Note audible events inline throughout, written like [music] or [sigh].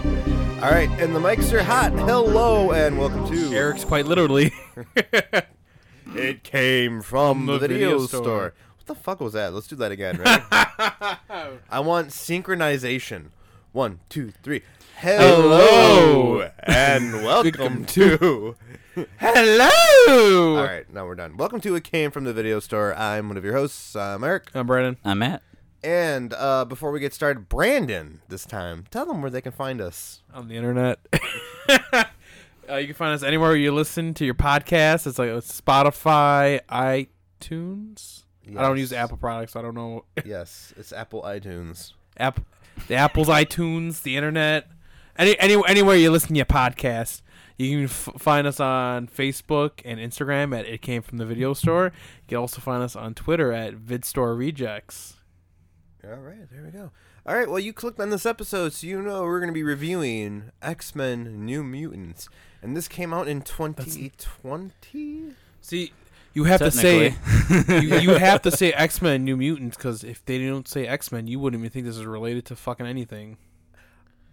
All right, and the mics are hot. Hello, and welcome to Eric's quite literally. [laughs] It Came from the, The Video, Video store. Store. What the fuck was that? Let's do that again, right? I want synchronization. One, two, three. Hello, Hello. and welcome Welcome to. [laughs] Hello. All right, now we're done. Welcome to It Came from the Video Store. I'm one of your hosts. I'm Eric. I'm Brandon. I'm Matt. And uh, before we get started, Brandon this time. Tell them where they can find us. On the internet. [laughs] uh, you can find us anywhere you listen to your podcast. It's like uh, Spotify, iTunes. I don't Yes. use Apple products. I don't know [laughs] Yes, it's Apple iTunes. app the Apple's iTunes, the internet, any, any anywhere you listen to your podcast. You can f- find us on Facebook and Instagram at It Came From The Video Store. You can also find us on Twitter at VidStore Rejects. All right, there we go. All right, well, you clicked on this episode, so you know we're going to be reviewing X Men New Mutants. And this came out in 2020? See, you have to say [laughs] you, you have to say X Men New Mutants because if they don't say X Men, you wouldn't even think this is related to fucking anything.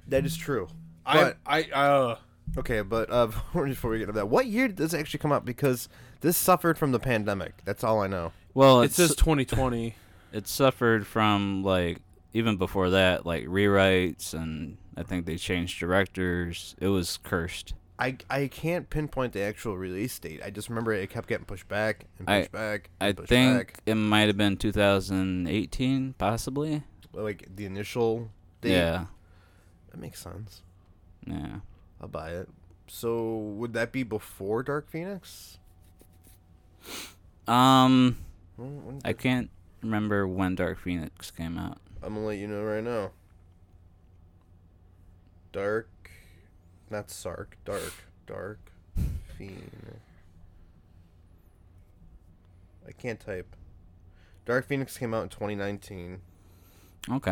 That is true. But- I I uh, Okay, but uh, [laughs] before we get into that, what year did this actually come out? Because this suffered from the pandemic. That's all I know. well, it it's says [laughs] 2020. it suffered from like even before that, like rewrites, and I think they changed directors. It was cursed. I, I can't pinpoint the actual release date. I just remember it kept getting pushed back and I- pushed back. I and pushed think back. it might have been 2018, possibly. like the initial date. Yeah, That makes sense. yeah. I'll buy it. So would that be before Dark Phoenix? Um, Well, when- I can't remember when Dark Phoenix came out. I'm gonna let you know right now. Dark, not Sark. Dark, Dark Phoenix. I can't type. Dark Phoenix came out in 2019, Okay,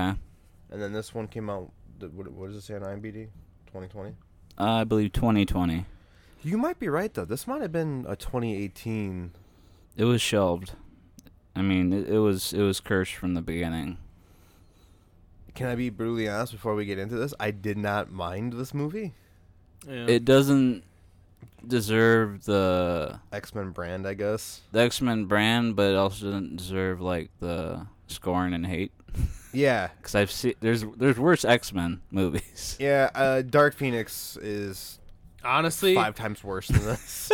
and then this one came out. th- What, what does it say on IMDb? 2020. I believe 2020. You might be right though. This might have been a 2018. It was shelved. I mean, it, it was it was cursed from the beginning. Can I be brutally honest before we get into this? I did not mind this movie. Yeah. It doesn't deserve the X Men brand, I guess. the X Men brand, but it also doesn't deserve like the scorn and hate. Yeah, Because I've seen there's there's worse X Men [laughs] movies. yeah. Uh, Dark Phoenix is Honestly, five times worse than this.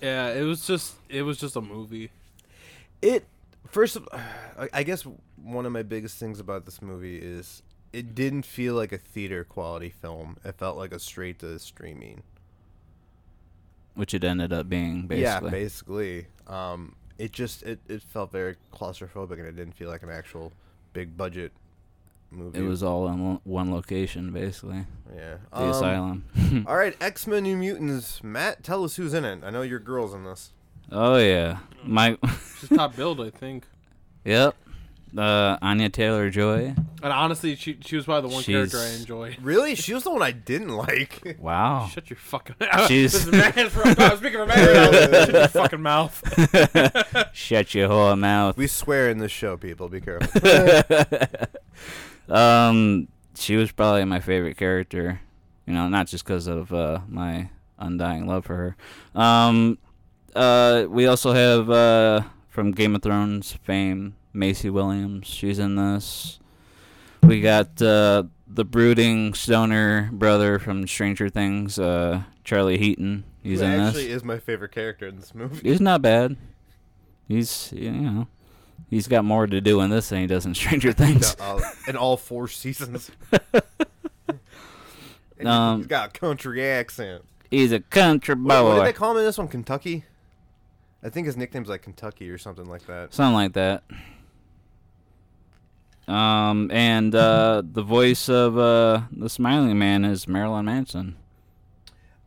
yeah, it was just it was just a movie. [laughs] it first of I- I guess one of my biggest things about this movie is it didn't feel like a theater quality film. It felt like a straight to streaming. Which it ended up being basically. Yeah, basically. Um, it just it, it felt very claustrophobic and it didn't feel like an actual big budget movie. it was all in lo- one location basically. yeah. The Um, asylum. [laughs] All right, X Men New Mutants. Matt, tell us who's in it. I know your girls in this. oh yeah, my [laughs] She's top billed, I think. yep. Uh, Anya Taylor Joy. And honestly, she she was probably the one character I She's- enjoy. Really? She was the one I didn't like. [laughs] Wow. Shut your fucking. mouth. She's- [laughs] this is Matt from. I was [laughs] speaking for Matt. Shut your fucking mouth. Shut your whole mouth. we swear in this show, people. Be careful. um, she was probably my favorite character. You know, not just because of uh, my undying love for her. Um, uh, we also have uh, from Game of Thrones fame, Macy Williams. She's in this. We got uh, the brooding stoner brother from Stranger Things, uh, Charlie Heaton. He's Who in this. actually is my favorite character in [laughs] this movie. He's not bad. He's you know, he's got more to do in this than he does in Stranger Things. [laughs] No, uh, in all [laughs] four seasons. [laughs] And Um, he's got a country accent. He's a country What, boy. what did they call him in this one? Kentucky? I think his nickname's like Kentucky or something like that. Something like that. Um, and uh, the voice of uh, the smiling man is Marilyn Manson.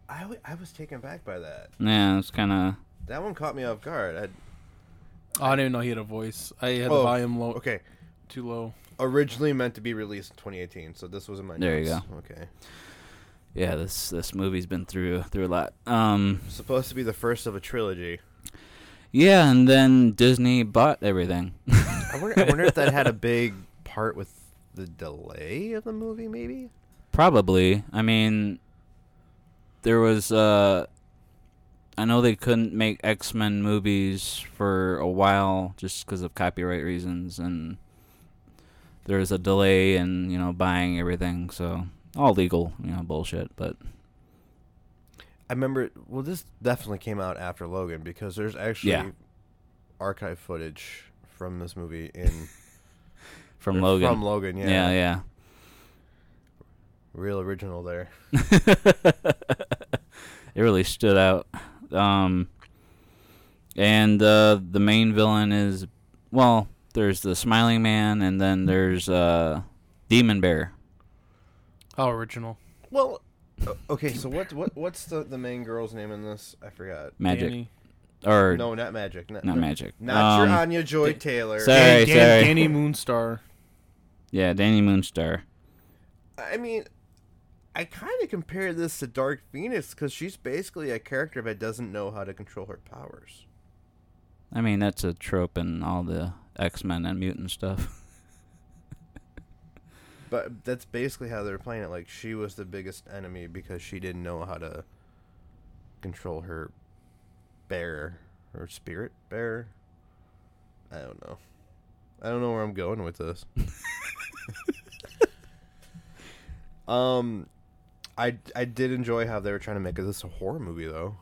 I, w- I was taken back by that. Yeah, it's kind of That one caught me off guard. I, Oh, I didn't even know he had a voice. I had Oh, the volume low, okay, too low. originally meant to be released in 2018, so this was in my There you notes. Okay, yeah. This this movie's been through through a lot. Um, supposed to be the first of a trilogy. yeah, and then Disney bought everything. [laughs] I wonder, I wonder if that had a big part with the delay of the movie, maybe. Probably. I mean, there was. Uh, I know they couldn't make X Men movies for a while just because of copyright reasons, and there was a delay in you know buying everything. So all legal, you know, bullshit. But I remember. Well, this definitely came out after Logan because there's actually Yeah. archive footage from this movie in [laughs] from or Logan, From Logan, yeah, yeah, yeah. real original there. [laughs] it really stood out. Um, and uh, the main villain is well, there's the Smiling Man, and then there's uh, Demon Bear. How Oh, original. Well, o- okay. So what what what's the the main girl's name in this? I forgot. Magic Danny. or No, not magic. Not, not Magic. Not your Um, Anya Joy Da- Taylor. Sorry, Dan- Dan- sorry. Danny Moonstar. yeah, Danny Moonstar. I mean, I kind of compare this to Dark Phoenix because she's basically a character that doesn't know how to control her powers. I mean, that's a trope in all the X Men and mutant stuff. [laughs] But that's basically how they're playing it. Like she was the biggest enemy because she didn't know how to control her bear, her spirit bear. I don't know. I don't know where I'm going with this. um, I I did enjoy how they were trying to make this a horror movie though.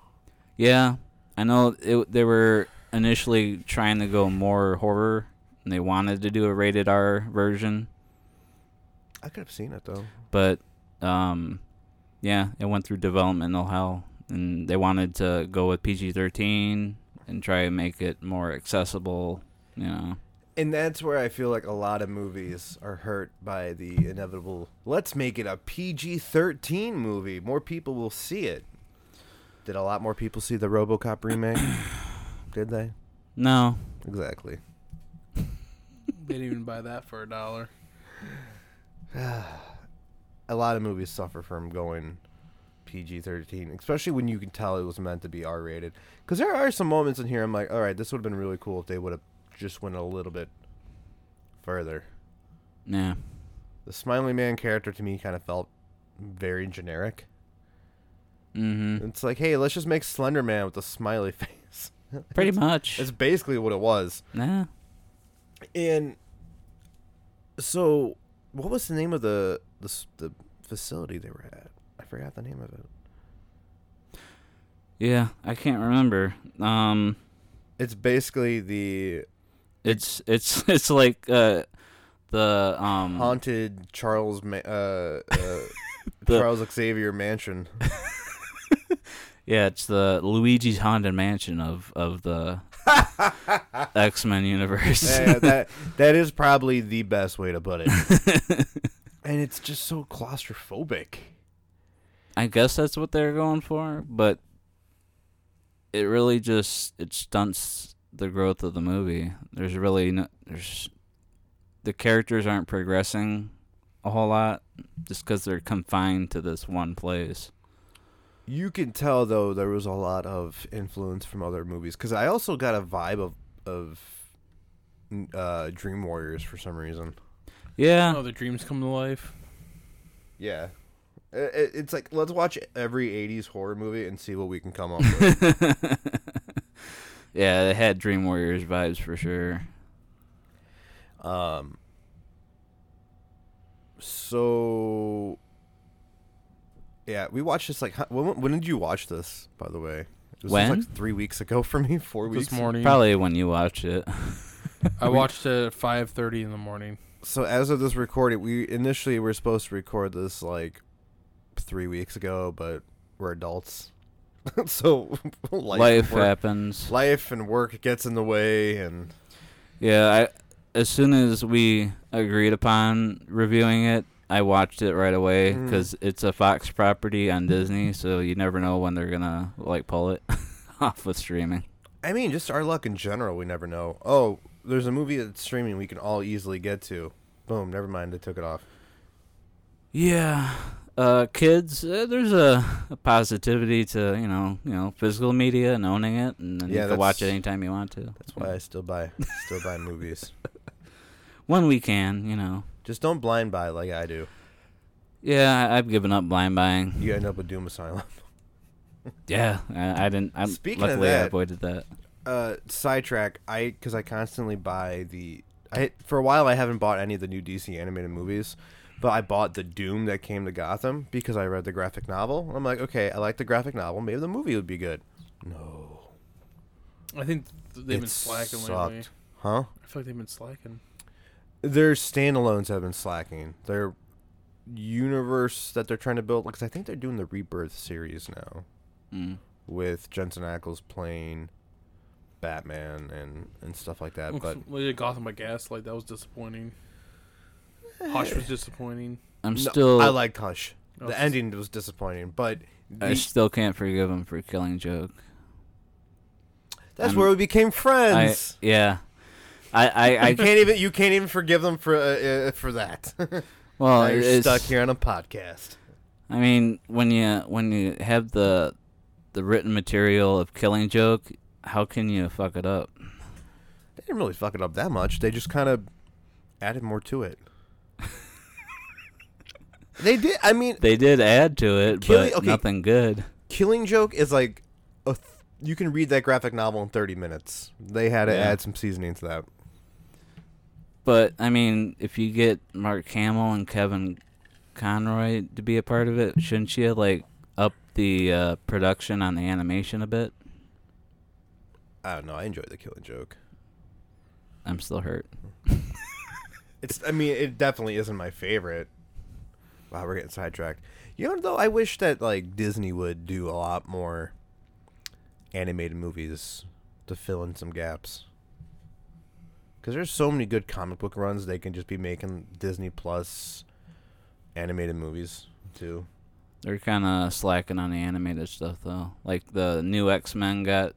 Yeah, I know it, they were initially trying to go more horror, and they wanted to do a rated R version. I could have seen it though. but um, yeah, it went through developmental hell, and they wanted to go with PG thirteen and try and make it more accessible. You know, And that's where I feel like a lot of movies are hurt by the inevitable. Let's make it a PG 13 movie. More people will see it. Did a lot more people see the Robocop remake? Did they? no, Exactly. [sighs] They didn't even buy that for a dollar. A lot of movies suffer from going PG 13, especially when you can tell it was meant to be R rated. Because there are some moments in here I'm like, all right, this would have been really cool if they would have just went a little bit further. yeah, The Smiling Man character to me kind of felt very generic. mm-hmm, It's like, hey, let's just make Slender Man with a smiley [laughs] face. pretty much, That's basically what it was. yeah. And so, what was the name of the the, s- the facility they were at? I forgot the name of it. Yeah, I can't remember. Um, It's basically the it's it's [laughs] it's like uh, the um, haunted Charles Ma- uh, uh, [laughs] The- Charles Xavier [laughs] Mansion. yeah, it's the Luigi's haunted mansion of of the X Men universe. Yeah, that that is probably the best way to put it. [laughs] and it's just so claustrophobic. I guess that's what they're going for, but it really just it stunts the growth of the movie. There's really no there's the characters aren't progressing a whole lot just because they're confined to this one place. You can tell though there was a lot of influence from other movies because I also got a vibe of of n- uh, Dream Warriors for some reason. Yeah, Oh, the dreams come to life. Yeah, I- I- it's like let's watch every '80s horror movie and see what we [laughs] can [laughs] come up with. yeah, it had Dream Warriors vibes for sure. um, so yeah, we watched this like huh, when, when did you watch this? By the way, this was When? like three weeks ago for me, four weeks. This morning, Probably when you watch it. I watched it at five thirty in the morning. so as of this recording, we initially were supposed to record this like three weeks ago, but we're adults, [laughs] so [laughs] life Life work, happens. life and work gets in the way, and Yeah, I, as soon as we agreed upon reviewing it, I watched it right away Mhm. because it's a Fox property on Disney, so you never know when they're gonna like pull it [laughs] off with streaming. I mean, just our luck in general. We never know. Oh, there's a movie that's streaming we can all easily get to. Boom, never mind. They took it off. Yeah, uh, kids, uh, there's a, a positivity to you know you know physical media and owning it, and then Yeah, you can watch it that's- anytime you want to. That's why I still buy, still buy movies. when we can, you know. Just don't blind buy like I do. Yeah, I- I've given up blind buying. You end up with Doom Asylum. Yeah, I, I didn't. I, Speaking of luckily, I that- avoided that. Uh, sidetrack. I because I constantly buy the. I for a while I haven't bought any of the new DC animated movies, but I bought the Doom that came to Gotham because I read the graphic novel. I'm like, okay, I like the graphic novel. Maybe the movie would be good. No, I think th- they've It been slacking lately. sucked. huh? I feel like they've been slacking. Their standalones have been slacking. Their universe that they're trying to build, because I think they're doing the Rebirth series now. Mm. with Jensen Ackles playing Batman and, and stuff like that. But they did Gotham by Gaslight. That was disappointing. Hush [sighs] was disappointing. I'm No, still. I like Hush. Oh, The s- ending was disappointing, but I the- still can't forgive him for killing Joke. that's I'm- where we became I, friends. yeah, I I, [laughs] I I can't even. You can't even forgive them for uh, uh, for that. [laughs] well, Now you're it's- stuck here on a podcast. I mean, when you when you have the the written material of Killing Joke, how can you fuck it up? They didn't really fuck it up that much. They just kind of added more [laughs] to it. they did. I mean, They did add to it, Killing- but okay. nothing good. Killing Joke is like a th- you can read that graphic novel in 30 minutes. They had to Yeah. add some seasoning to that. But I mean, if you get Mark Hamill and Kevin Conroy to be a part of it, shouldn't you like up the uh, production on the animation a bit? I don't know. I enjoyed the Killing Joke. I'm still hurt. It's. I mean, it definitely isn't my favorite. Wow, we're getting sidetracked. You know, though, I wish that like Disney would do a lot more animated movies to fill in some gaps. Because there's so many good comic book runs, they can just be making Disney Plus animated movies too. They're kind of slacking on the animated stuff though. Like the new X Men got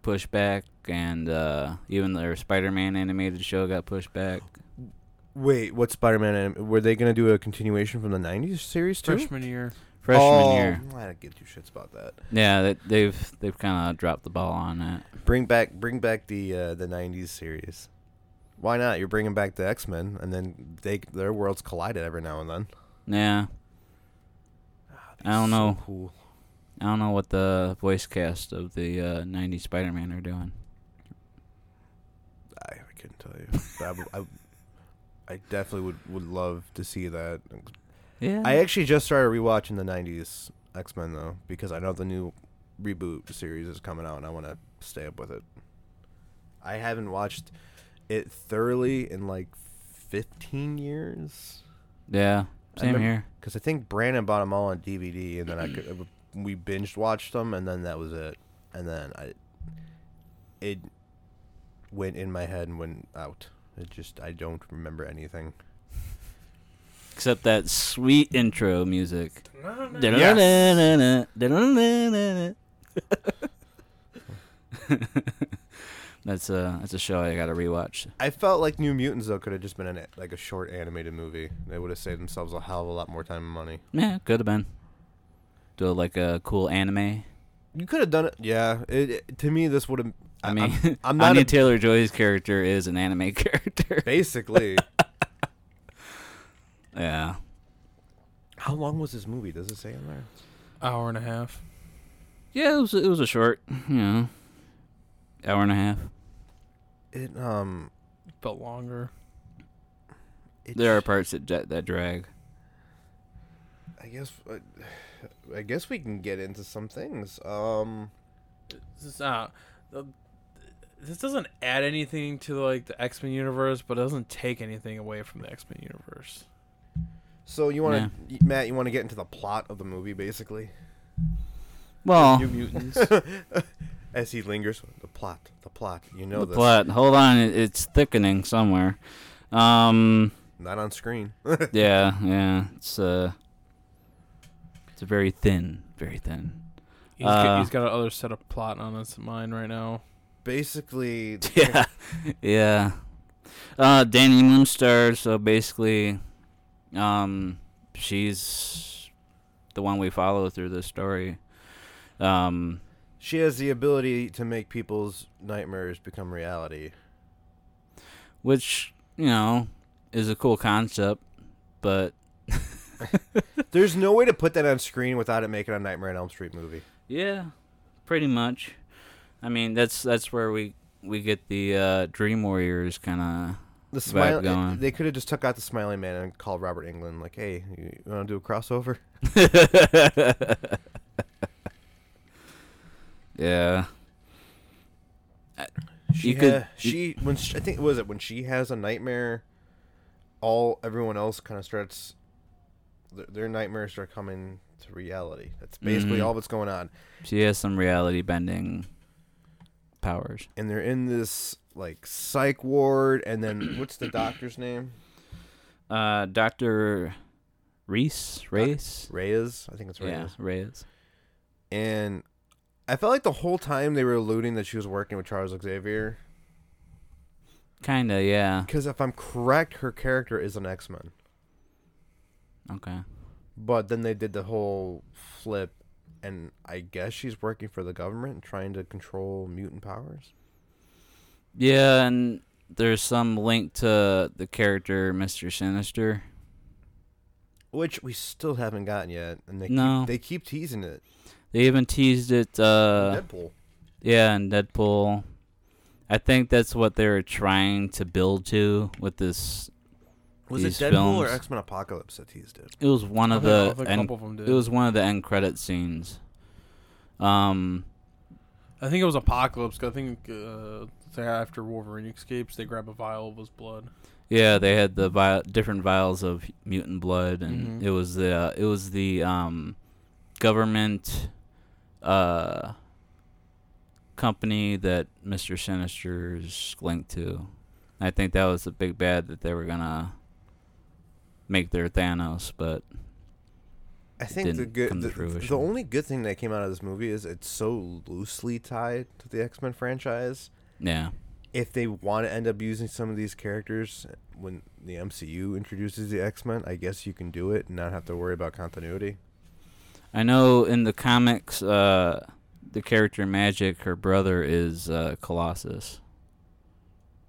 pushed back, and uh, even their Spider Man animated show got pushed back. Wait, what Spider-Man? Anim- were they gonna do a continuation from the '90s series too? Freshman year. Freshman Oh, year, I don't give two shits about that. yeah, they, they've they've kind of dropped the ball on that. Bring back, bring back the uh, the '90s series. Why not? You're bringing back the X Men, and then they their worlds collided every now and then. Yeah, I don't Ah, So know. cool. I don't know what the voice cast of the uh, '90s Spider-Man are doing. I, I couldn't tell you. But I, w- I w- I definitely would would love to see that. Yeah, I actually just started rewatching the '90s X Men though, because I know the new reboot series is coming out, and I want to stay up with it. I haven't watched it thoroughly in like 15 years. yeah, I same remem- here. because I think Brandon bought them all on DVD, and then I could, uh, we binged watched them, and then that was it. And then I, it went in my head and went out. It just I don't remember anything. Except that sweet intro music. [laughs] that's a that's a show I gotta rewatch. I felt like New Mutants though could have just been an, like a short animated movie. They would have saved themselves a hell of a lot more time and money. Yeah, could have been. Do like a cool anime. You could have done it. Yeah, it, it- to me this would have. I mean, I'm, [laughs] I'm not Anya a- Taylor Joy's character is an anime [laughs] character. basically. [laughs] yeah, How long was this movie? Does it say in there? Hour and a half. yeah, it was it was a short, you know, hour and a half. It um. Felt longer. It There are parts that ja- that drag. I guess uh, [sighs] I guess we can get into some things. Um, This is uh, the- this doesn't add anything to like the X Men universe, but it doesn't take anything away from the X Men universe. so you want to Matt? You want to get into the plot of the movie, basically, Well, New Mutants. as he lingers. The plot, the plot. You know the this. plot. Hold on, it- it's thickening somewhere. Um, Not on screen. yeah, yeah, it's uh, it's very thin, very thin. [laughs] He's got, Uh, he's got another set of plot on his mind right now. basically, the- yeah, yeah. Uh, Danny Moonstar. So basically, um, she's the one we follow through the story. Um, she has the ability to make people's nightmares become [laughs] reality. which you know is a cool concept, but There's no way to put that on screen without it making a Nightmare on Elm Street movie. Yeah, pretty much. I mean, that's that's where we we get the uh, Dream Warriors kind The Vibe smile. going. They could have just took out the smiling man and called Robert England. Like, hey, you, want to do a crossover? of. [laughs] yeah. She could- ha- she when she, I think was it when she has a nightmare, all everyone else kind of starts. Their, their nightmares are coming to reality. That's basically Mhm. all that's going on, She has some reality bending powers. and they're in this like psych ward. And then what's the doctor's name? Uh, Doctor Reese, Reyes. Reyes, I think it's Reyes. Yeah, Reyes. and I felt like the whole time they were alluding that she was working with Charles Xavier. Kinda, yeah. Because if I'm correct, her character is an X Men. Okay. But then they did the whole flip, and I guess she's working for the government and trying to control mutant powers. Yeah, and there's some link to the character Mister Sinister. Which we still haven't gotten yet, and they No. keep, they keep teasing it. They even teased it. Uh, Deadpool. yeah, in Deadpool. I think that's what they were trying to build to with this. Was it these Deadpool or films. X Men Apocalypse that teased it? It was one I of think- I the think a end, couple of 'em did. it was one of the end credit scenes. Um, I think it was Apocalypse. 'cause I think uh, say after Wolverine escapes, they grab a vial of his blood. yeah, they had the vi- different vials of mutant blood, and Mhm. it was the it was the um, government uh, company that Mister Sinister's linked to. I think that was the big bad that they were gonna make their Thanos, but I think the didn't come good, to the, the fruition. only good thing that came out of this movie is it's so loosely tied to the X Men franchise. yeah, if they want to end up using some of these characters when the MCU introduces the X Men, I guess you can do it and not have to worry about continuity. I know in the comics, uh, the character Magic, her brother is uh, Colossus.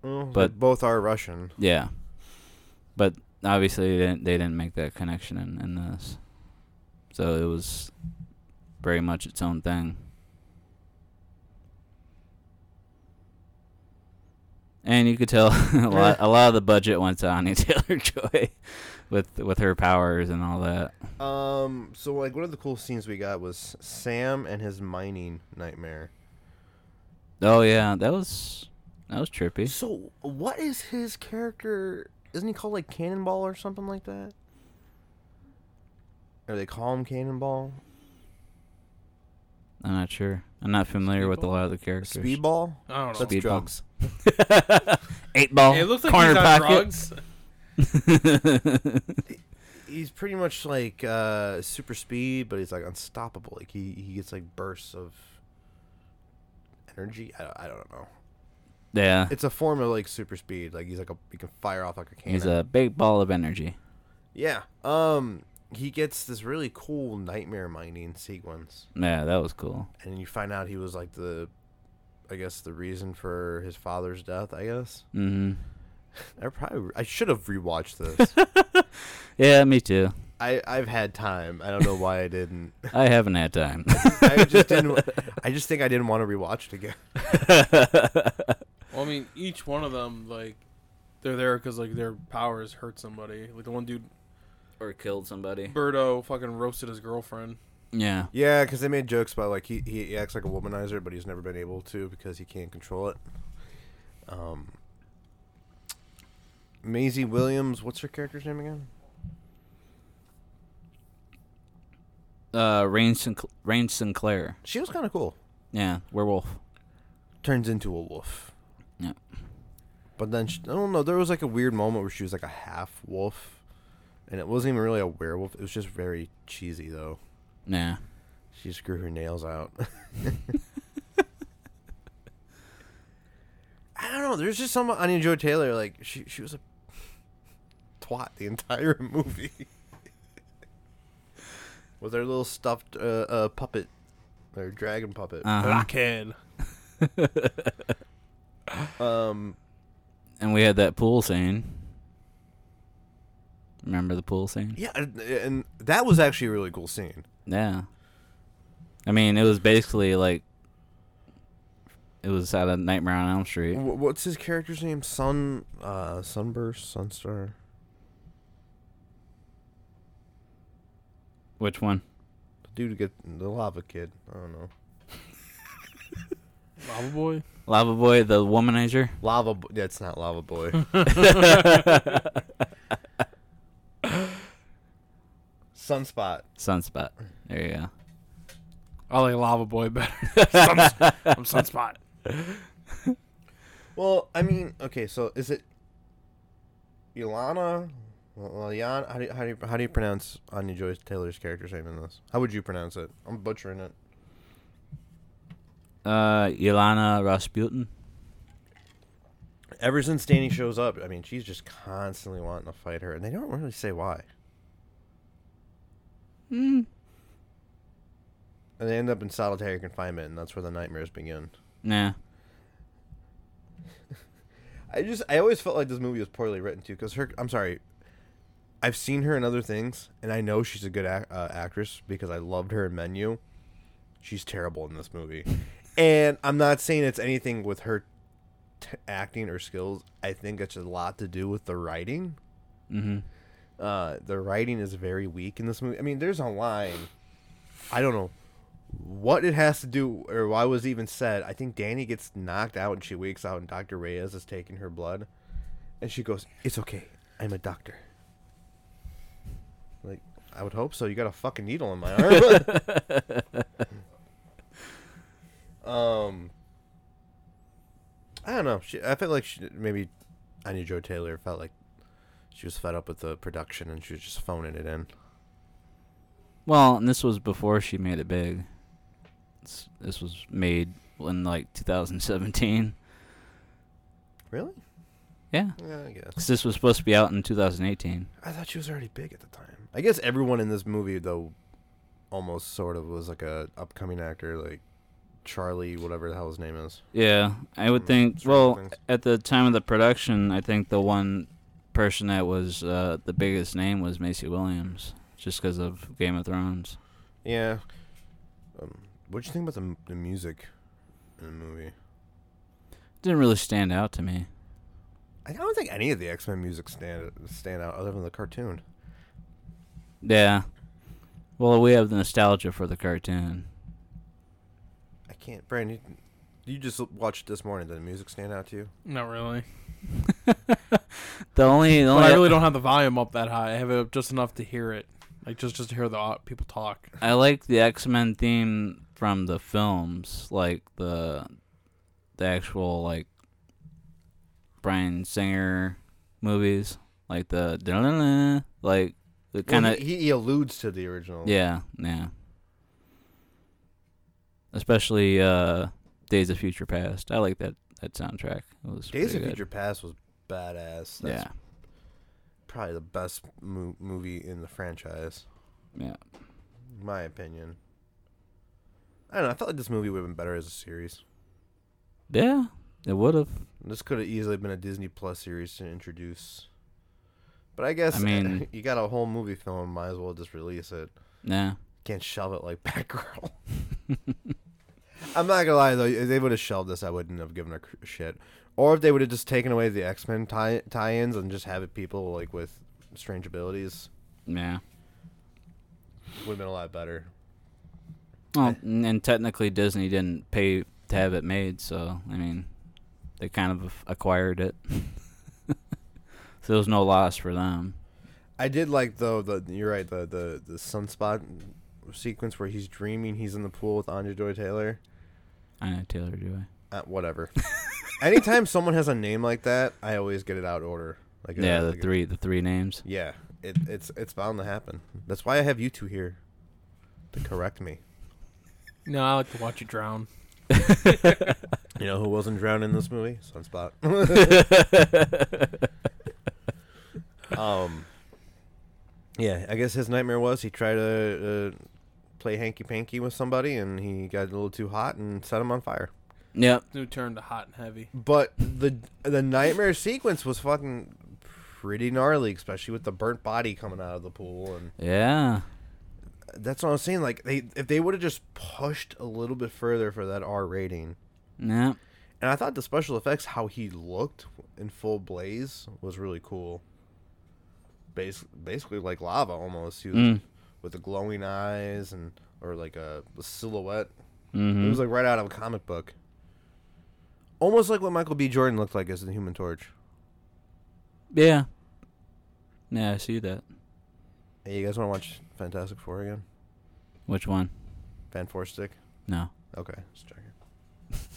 but But- Mm-hmm. both are Russian. Yeah, but obviously they didn't, they didn't make that connection in, in this, so it was very much its own thing. And you could tell [laughs] a lot a lot of the budget went to Anya [laughs] Taylor Joy with with her powers and all that. Um, so like one of the cool scenes we got was Sam and his mining nightmare. Oh yeah, that was that was trippy. So what is his character? Isn't he called like Cannonball or something like that? Or they call him Cannonball, I'm not sure. I'm not familiar with a Speedball? lot of the characters. Speedball. I don't know. That's Speedball. drugs. [laughs] Eight ball. It looks like corner he's on pocket. drugs. He's pretty much like uh, super speed, but he's like unstoppable. Like he, he gets like bursts of energy. I, don't- I don't know. [laughs] yeah, It's a form of like super speed. Like he's like a he can fire off like a cannon. he's a big ball of energy. yeah. Um, he gets this really cool nightmare mining sequence, Yeah, that was cool. and you find out he was like the, I guess the reason for his father's death. I guess hmm I probably I should have rewatched this. Yeah, me too. I I've had time. I don't know why I didn't. I haven't had time. I just didn't. I just think I didn't want to rewatch it again. Well, I mean, each one of them like they're there because like their powers hurt somebody. Like the one dude, [laughs] or killed somebody. Birdo, fucking roasted his girlfriend. Yeah. Yeah, because they made jokes about like he, he acts like a womanizer, but he's never been able to because he can't control it. Um, Maisie Williams, what's her character's name again? Uh, Rain, Sinc- Rain Sinclair. She was kind of cool. Yeah, werewolf. Turns into a wolf. Yeah. But then she, I don't know. There was like a weird moment where she was like a half wolf, and it wasn't even really a werewolf. It was just very cheesy though. Yeah. [laughs] She just grew her nails out. [laughs] I don't know. There's just some Anya Joy Taylor. Like she, she was a twat the entire [laughs] movie with her little stuffed uh, uh, puppet, her dragon puppet. Uh-huh. Blockhead. Um, And we had that pool scene. Remember the pool scene? Yeah, and, and that was actually a really cool scene. Yeah. I mean, it was basically like it was out of Nightmare on Elm Street. Wh- What's his character's name? Sun, uh, Sunburst, Sunstar. Which one? The dude get the lava kid. I don't know. Lava Boy. Lava Boy, the [laughs] womanizer. Lava. Bo- That's not Lava Boy. Sunspot. Sunspot. There you go. I like Lava Boy better. [laughs] Suns- I'm Sunspot. Well, I mean, okay. So is it Ilana? Liliana? How do you, how do you, how do you pronounce Anya Joy Taylor's character's name in this? How would you pronounce it? I'm butchering it. Uh, Ilana Rasputin. Ever since Danny shows up, I mean, she's just constantly wanting to fight her, and they don't really say why. Mm. And they end up in solitary confinement, and that's where the nightmares begin. Nah. I just I always felt like this movie was poorly written too because her I'm sorry, I've seen her in other things and I know she's a good ac- uh, actress because I loved her in Menu. She's terrible in this movie, and I'm not saying it's anything with her t- acting or skills. I think it's a lot to do with the writing. Mm-hmm. Uh, the writing is very weak in this movie. I mean, there's a line. I don't know what it has to do or why it was even said. I think Danny gets knocked out and she wakes out, and Dr. Reyes is taking her blood. And she goes, It's okay. I'm a doctor. Like, I would hope so. You got a fucking needle in my arm. um, I don't know. She, I felt like she, maybe Anya Joe Taylor felt like she was fed up with the production and she was just phoning it in. Well, and this was before she made it big. This, this was made in like 2017. Really? Yeah. Yeah, I guess. 'Cause this was supposed to be out in 2018. I thought she was already big at the time. I guess everyone in this movie though almost sort of was like a upcoming actor like Charlie whatever the hell his name is. Yeah, I would Mm, think. Stranger Well, Things. at the time of the production, I think the one person that was uh, the biggest name was Macy Williams, just because of Game of Thrones. Yeah. Um, what do you think about the, m- the music in the movie? Didn't really stand out to me. I don't think any of the X-Men music stand stand out other than the cartoon. Yeah. Well, we have the nostalgia for the cartoon. I can't Brandon you, you just watched this morning. Did the music stand out to you? Not really. The only, the But only I really don't have the volume up that high. I have it up just enough to hear it, like just just to hear the au- people talk. I like the X Men theme from the films, like the the actual like Brian Singer movies, like the da-da-da-da, like the Well, kind of he, he alludes to the original. yeah yeah. Especially uh, Days of Future Past. I like that that soundtrack. It was Days pretty of good. Future Past was badass. That's Yeah, probably the best mo- movie in the franchise. yeah. in my opinion. I don't know. I felt like this movie would have been better as a series. Yeah, it would have. This could have easily been a Disney Plus series to introduce. But I guess I mean- [laughs] you got a whole movie film. Might as well just release it. Nah. Can't shove it like [laughs] Batgirl. I'm not gonna lie though. If they would have shelved this, I wouldn't have given a cr- shit. Or if they would have just taken away the X Men tie- tie-ins and just have it people like with strange abilities, Yeah. would have been a lot better. Well, n- and technically Disney didn't pay to have it made, so I mean, they kind of acquired it. [laughs] so there was no loss for them. I did like though the you're right the the the sunspot sequence where he's dreaming he's in the pool with Andre Joy Taylor. I know Taylor Joy. Uh, [laughs] whatever. Anytime someone has a name like that, I always get it out of order. Like uh, Yeah, the like- three, the three names. Yeah, it, it's it's bound to happen. That's why I have you two here to correct me. No, I like to watch you drown. You know who wasn't drowned in this movie? Sunspot. [laughs] um. Yeah, I guess his nightmare was he tried to uh, play hanky panky with somebody and he got a little too hot and set him on fire. Yep. New turn to hot and heavy. But the the nightmare sequence was fucking pretty gnarly, especially with the burnt body coming out of the pool. And Yeah. that's what I'm saying. Like they, if they would have just pushed a little bit further for that R rating, Yeah. and I thought the special effects, how he looked in full blaze, was really cool. Bas- basically like lava almost. He was Mm. with the glowing eyes and or like a, a silhouette. It Mm-hmm. was like right out of a comic book. Almost like what Michael B. Jordan looked like as the Human Torch. yeah. Yeah, I see that. Hey, you guys want to watch Fantastic Four again? Which one? Fan Four Stick? No. [laughs] Okay, just checking.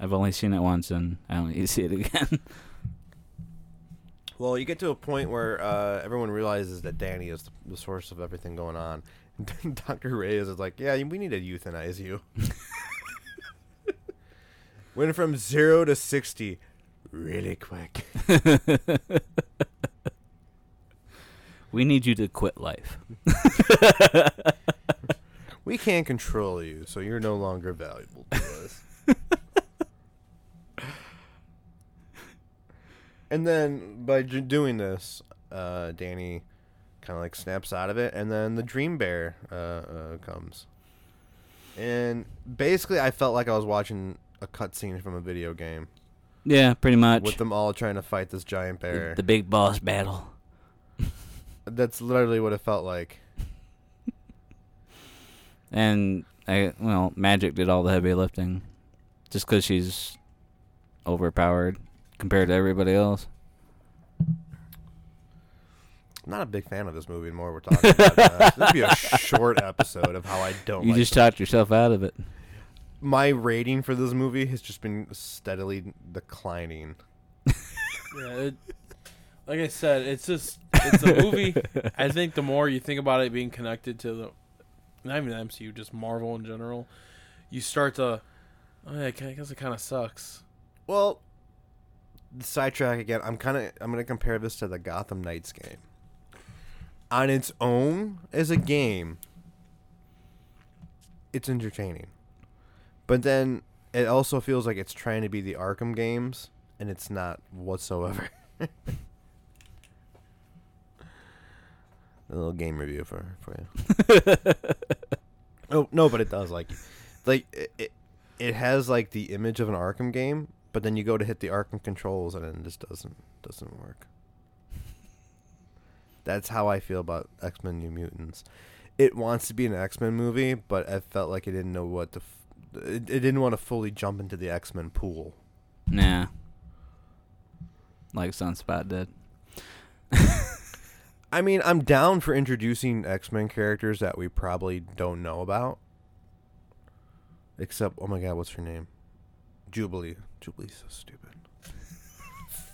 I've only seen it once and I don't need to see it again. [laughs] Well, you get to a point where uh, everyone realizes that Danny is the source of everything going on. [laughs] And Dr. Reyes is like, yeah, we need to euthanize you. Went from zero to 60 really quick. we need you to quit life. We can't control you, so you're no longer valuable to us. and then by j- doing this, uh, Danny kind of like snaps out of it, and then the Dream Bear uh, uh, comes. And basically, I felt like I was watching a cutscene from a video game Yeah, pretty much. with them all trying to fight this giant the, bear. the big boss battle. That's literally what it felt like. And I well, Magic did all the heavy lifting, just 'cause she's overpowered compared to everybody else. I'm not a big fan of this movie. More we're talking about uh, this [laughs] would be a short episode of how I don't. you like just talked yourself out of it. my rating for this movie has just been steadily declining. [laughs] Yeah, it, like I said, it's just it's a [laughs] movie. I think the more you think about it being connected to the, not even the MCU, just Marvel in general, you start to, oh yeah, I guess it kind of sucks. Well, sidetrack again. I'm kind of I'm gonna compare this to the Gotham Knights game. On its own as a game, it's entertaining, but then it also feels like it's trying to be the Arkham games, and it's not whatsoever. [laughs] a little game review for for you. Oh, No, no, but it does like, like it, it, it has like the image of an Arkham game, but then you go to hit the Arkham controls and it just doesn't doesn't work. That's how I feel about X Men New Mutants. It wants to be an X Men movie, but I felt like it didn't know what to. F- it, it didn't want to fully jump into the X Men pool. [laughs] Nah. Like Sunspot [laughs] did. I mean, I'm down for introducing X Men characters that we probably don't know about. Except, oh my god, what's her name? Jubilee. Jubilee's so stupid.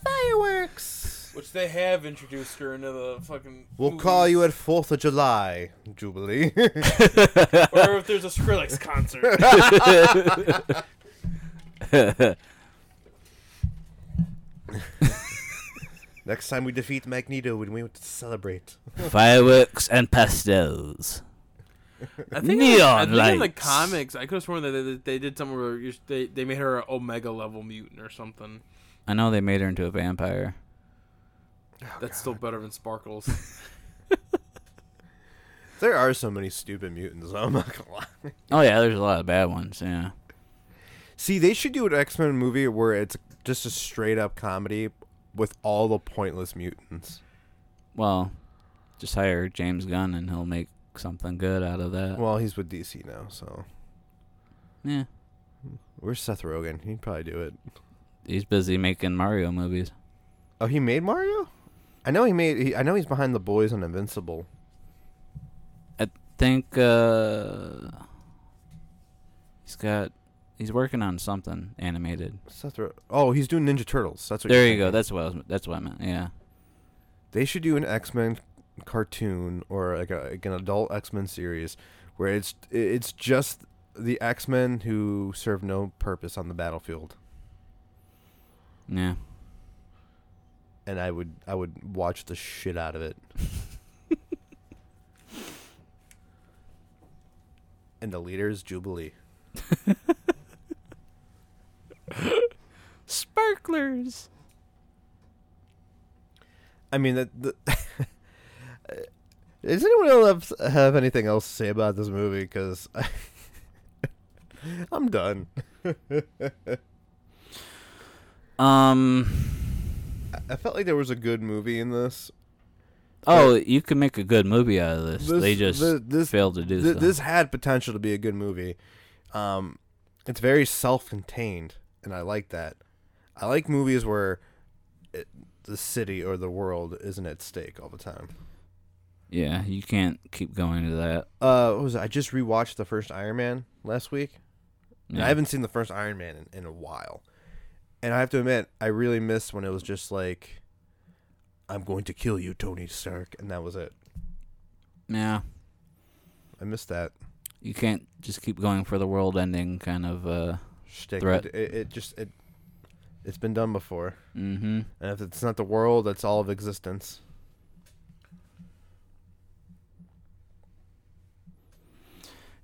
Fireworks! Which they have introduced her into the fucking. We'll call [laughs] you at 4th of July, Jubilee. [laughs] Or if there's a Skrillex concert. Next time we defeat Magneto when we celebrate. Fireworks and pastels. I think, in the- I Neon think in the lights. comics, I could have sworn that they, they did something where you- they they made her an Omega level mutant or something. I know they made her into a vampire. Oh, That's still better [laughs] than Sparkles. There are so many stupid mutants, [laughs] I'm not gonna lie. Oh yeah, there's a lot of bad ones. Yeah. See, they should do an X Men movie where it's just a straight up comedy with all the pointless mutants. Well, just hire James Gunn and he'll make something good out of that. Well, he's with DC now, so. yeah. Where's Seth Rogen? He'd probably do it. He's busy making Mario movies. Oh, he made Mario. I know he made. He, I know he's behind the boys on Invincible. I think uh he's got he's working on something animated. Seth. Ro- oh, he's doing Ninja Turtles. That's what. There you're you go. thinking. That's what I was that's what I meant. Yeah. They should do an X Men cartoon or like, a, like an adult X Men series where it's it's just the X Men who serve no purpose on the battlefield, Yeah. and I would I would watch the shit out of it. and the leader is Jubilee. Sparklers. I mean that. The, [laughs] does anyone else have anything else to say about this movie? Because [laughs] I'm done. [laughs] Um. I felt like there was a good movie in this. Oh, you can make a good movie out of this. This- they just thi- this- failed to do Th- so. this had potential to be a good movie. Um, it's very self-contained, and I like that. I like movies where it, the city or the world isn't at stake all the time. yeah, you can't keep going to that. Uh, what was it? I just rewatched the first Iron Man last week. And Yeah. I haven't seen the first Iron Man in, in a while. And I have to admit, I really missed when it was just like, "I'm going to kill you, Tony Stark," and that was it. yeah, I missed that you can't just keep going for the world-ending kind of. uh shtick. Threat. It, it just it, it's been done before. Mm-hmm. And if it's not the world, that's all of existence.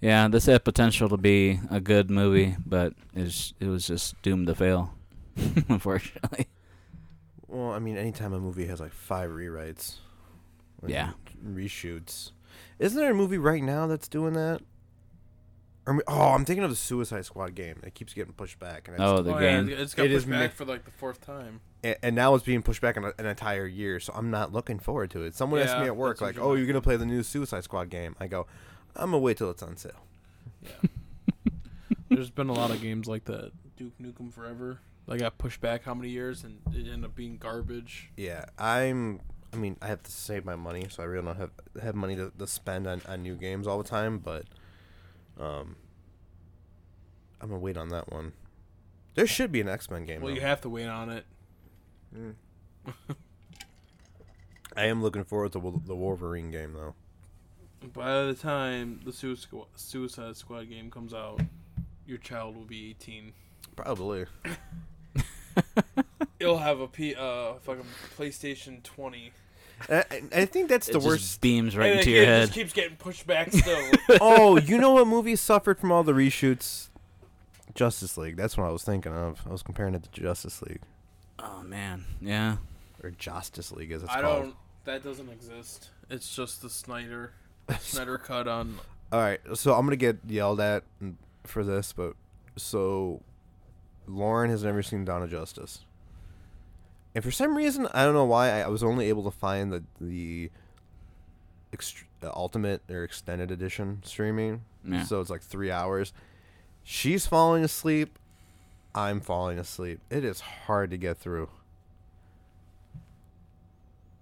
Yeah, this had potential to be a good movie, but it's it was just doomed to fail, [laughs] unfortunately. Well, I mean, anytime a movie has like five rewrites, like, Yeah. reshoots. Isn't there a movie right now that's doing that? Or, am- oh, I'm thinking of the Suicide Squad game. It keeps getting pushed back, and it's, Oh, the game. it's got It is pushed back me- for like the fourth time. and, and now it's being pushed back an, an entire year. So I'm not looking forward to it. Someone asked Yeah, me at work, that's like, usually "Oh, my you're gonna play the new Suicide Squad game?" I go, "I'm gonna wait till it's on sale." There's been a lot of games like that. Duke Nukem Forever. They got pushed back how many years and it ended up being garbage. Yeah, I'm. I mean, I have to save my money, so I really don't have have money to, to spend on, on new games all the time. But, um, I'm gonna wait on that one. There should be an X Men game. Well, you though. have to wait on it. Mm. I am looking forward to Wo- the Wolverine game though. By the time the Sui- Squ- Suicide Squad game comes out, your child will be 18. Probably. It'll have a P, uh, fucking PlayStation 20. I, I- I think that's It the just worst beams right and into it your head. just keeps getting [laughs] pushed back still. oh, you know what movie suffered from all the reshoots? Justice League. That's what I was thinking of. I was comparing it to Justice League Oh man, yeah. or Justice League as it's I called. don't. That doesn't exist. It's just the Snyder [laughs] Snyder cut on. All right, so I'm gonna get yelled at for this, but so Lauren has never seen Donna Justice, and for some reason I don't know why I, I was only able to find the the ext- uh, ultimate or extended edition streaming. Yeah. So it's like three hours. She's falling asleep. I'm falling asleep. It is hard to get through.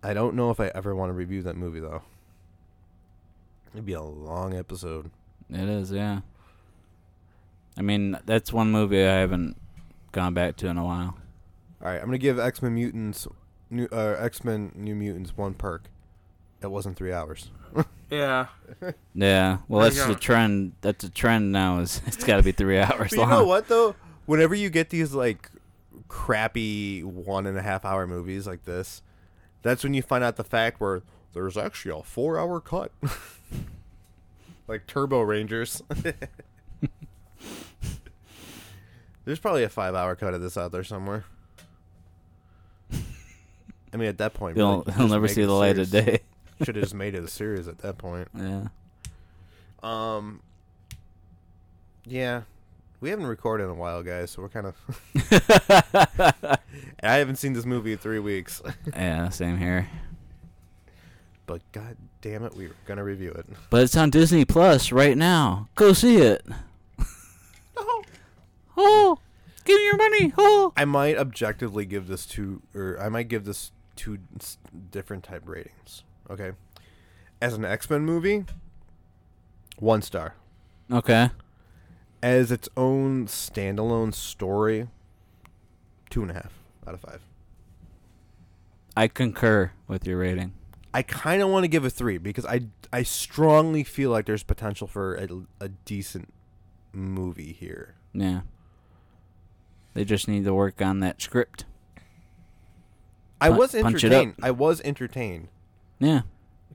I don't know if I ever want to review that movie though. It'd be a long episode. It is, yeah. I mean, that's one movie I haven't gone back to in a while. All right, I'm gonna give X Men Mutants, new uh, X Men New Mutants one perk. It wasn't three hours. [laughs] Yeah. Yeah, well, There that's you the go. trend. That's a trend now. Is [laughs] it's got to be three hours But [laughs] you long. know what though? Whenever you get these like crappy one and a half hour movies like this, that's when you find out the fact where there's actually a four hour cut. [laughs] like Turbo Rangers. [laughs] there's probably a five hour cut of this out there somewhere. I mean, at that point, You'll, you'll never see the light of day. Should have just made it a series at that point. Yeah. Um. Yeah, we haven't recorded in a while, guys, so we're kind of. [laughs] [laughs] I haven't seen this movie in three weeks, yeah, same here. [laughs] but god damn it, we were gonna review it. But it's on Disney Plus right now. Go see it. [laughs] No. Oh, give me your money. Oh. I might objectively give this two, or I might give this two s- different type ratings. Okay, as an X Men movie, one star. Okay. As its own standalone story, two and a half out of five. I concur with your rating. I kind of want to give a three because I I strongly feel like there's potential for a, a decent movie here. Yeah. They just need to work on that script. I Pun- was punch it up. entertained. I was entertained Yeah.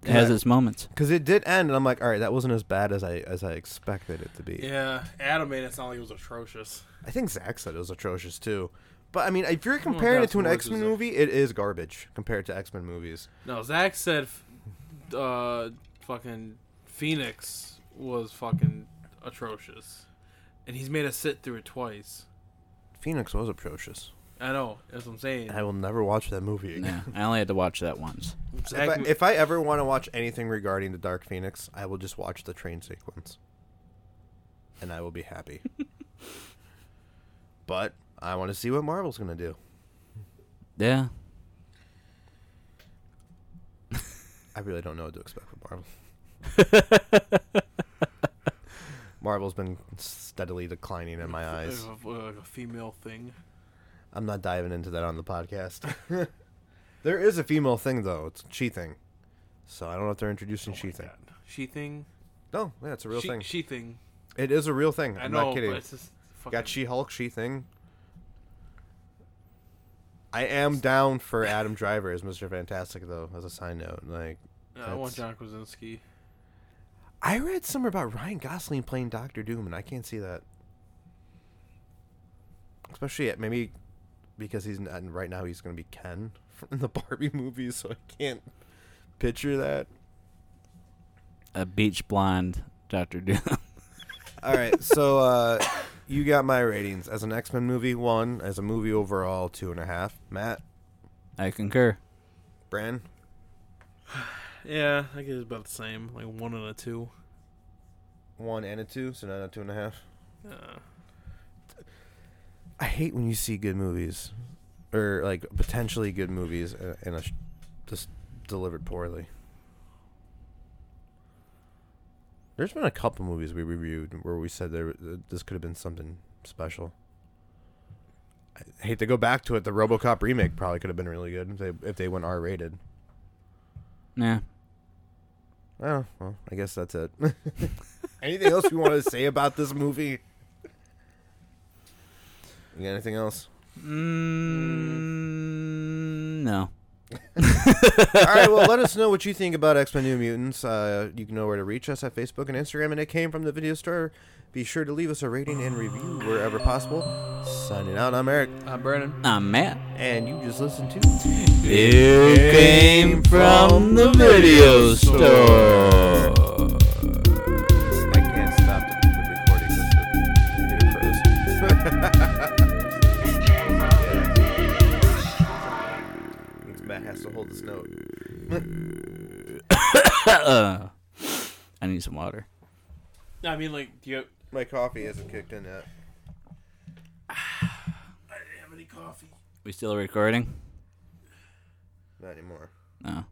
It has I- its moments. because it did end, and I'm like, all right, that wasn't as bad as I as I expected it to be. Yeah. Adam made it sound like it was atrocious. I think Zach said it was atrocious too, But I mean, if you're know what comparing it to an Cosmo's X Men is a- movie, it is garbage compared to X Men movies. No, Zach said, f- uh, fucking Phoenix was fucking atrocious, and he's made us sit through it twice. Phoenix was atrocious. I know. That's what I'm saying. I will never watch that movie again. Yeah, I only had to watch that once. If, Zach, I, if I ever want to watch anything regarding the Dark Phoenix, I will just watch the train sequence, and I will be happy. but I want to see what Marvel's gonna do. Yeah. I really don't know what to expect from Marvel. Marvel's been steadily declining in my [laughs] eyes. uh, like a female thing. I'm not diving into that on the podcast. [laughs] there is a female thing though. It's she thing. So I don't know if they're introducing she thing. Oh She thing. No, yeah, it's a real she, thing. She thing. It is a real thing. I I'm know, not kidding. but it's just fucking. Got She Hulk, She Thing. I am down for Adam Driver as Mr. Fantastic, though. As a side note, like uh, I want that's- John Krasinski. I read somewhere about Ryan Gosling playing Doctor Doom, and I can't see that. Especially at maybe because he's not right now. He's going to be Ken [laughs] in the Barbie movie, so I can't picture that. A beach blonde Doctor Doom. All right, so uh, you got my ratings as an X Men movie one, as a movie overall two and a half. Matt, [laughs] I concur. Bran, Yeah, I guess it's about the same. Like one and a two. one and a two, so not a two and a half. Uh, I hate when you see good movies, or like potentially good movies, a- and a sh- just delivered poorly. There's been a couple movies we reviewed where we said there th- this could have been something special. I hate to go back to it. The RoboCop remake probably could have been really good if they if they went R rated. Yeah. Oh well, I guess that's it. [laughs] anything else we want to say about this movie? You got anything else? Mm, no. All right, well, let us know what you think about X Men New Mutants. Uh, you can know where to reach us at Facebook and Instagram, and it came from the video store. Be sure to leave us a rating and review wherever possible. Signing out, I'm Eric, I'm Brennan. I'm Matt. and you just listened to. You came from the video store. I can't stop the recording because [laughs] the froze. Matt has to hold this note. I need some water. No, I mean like, do you have, My coffee hasn't kicked in yet. have any coffee? We still recording? Not anymore. No.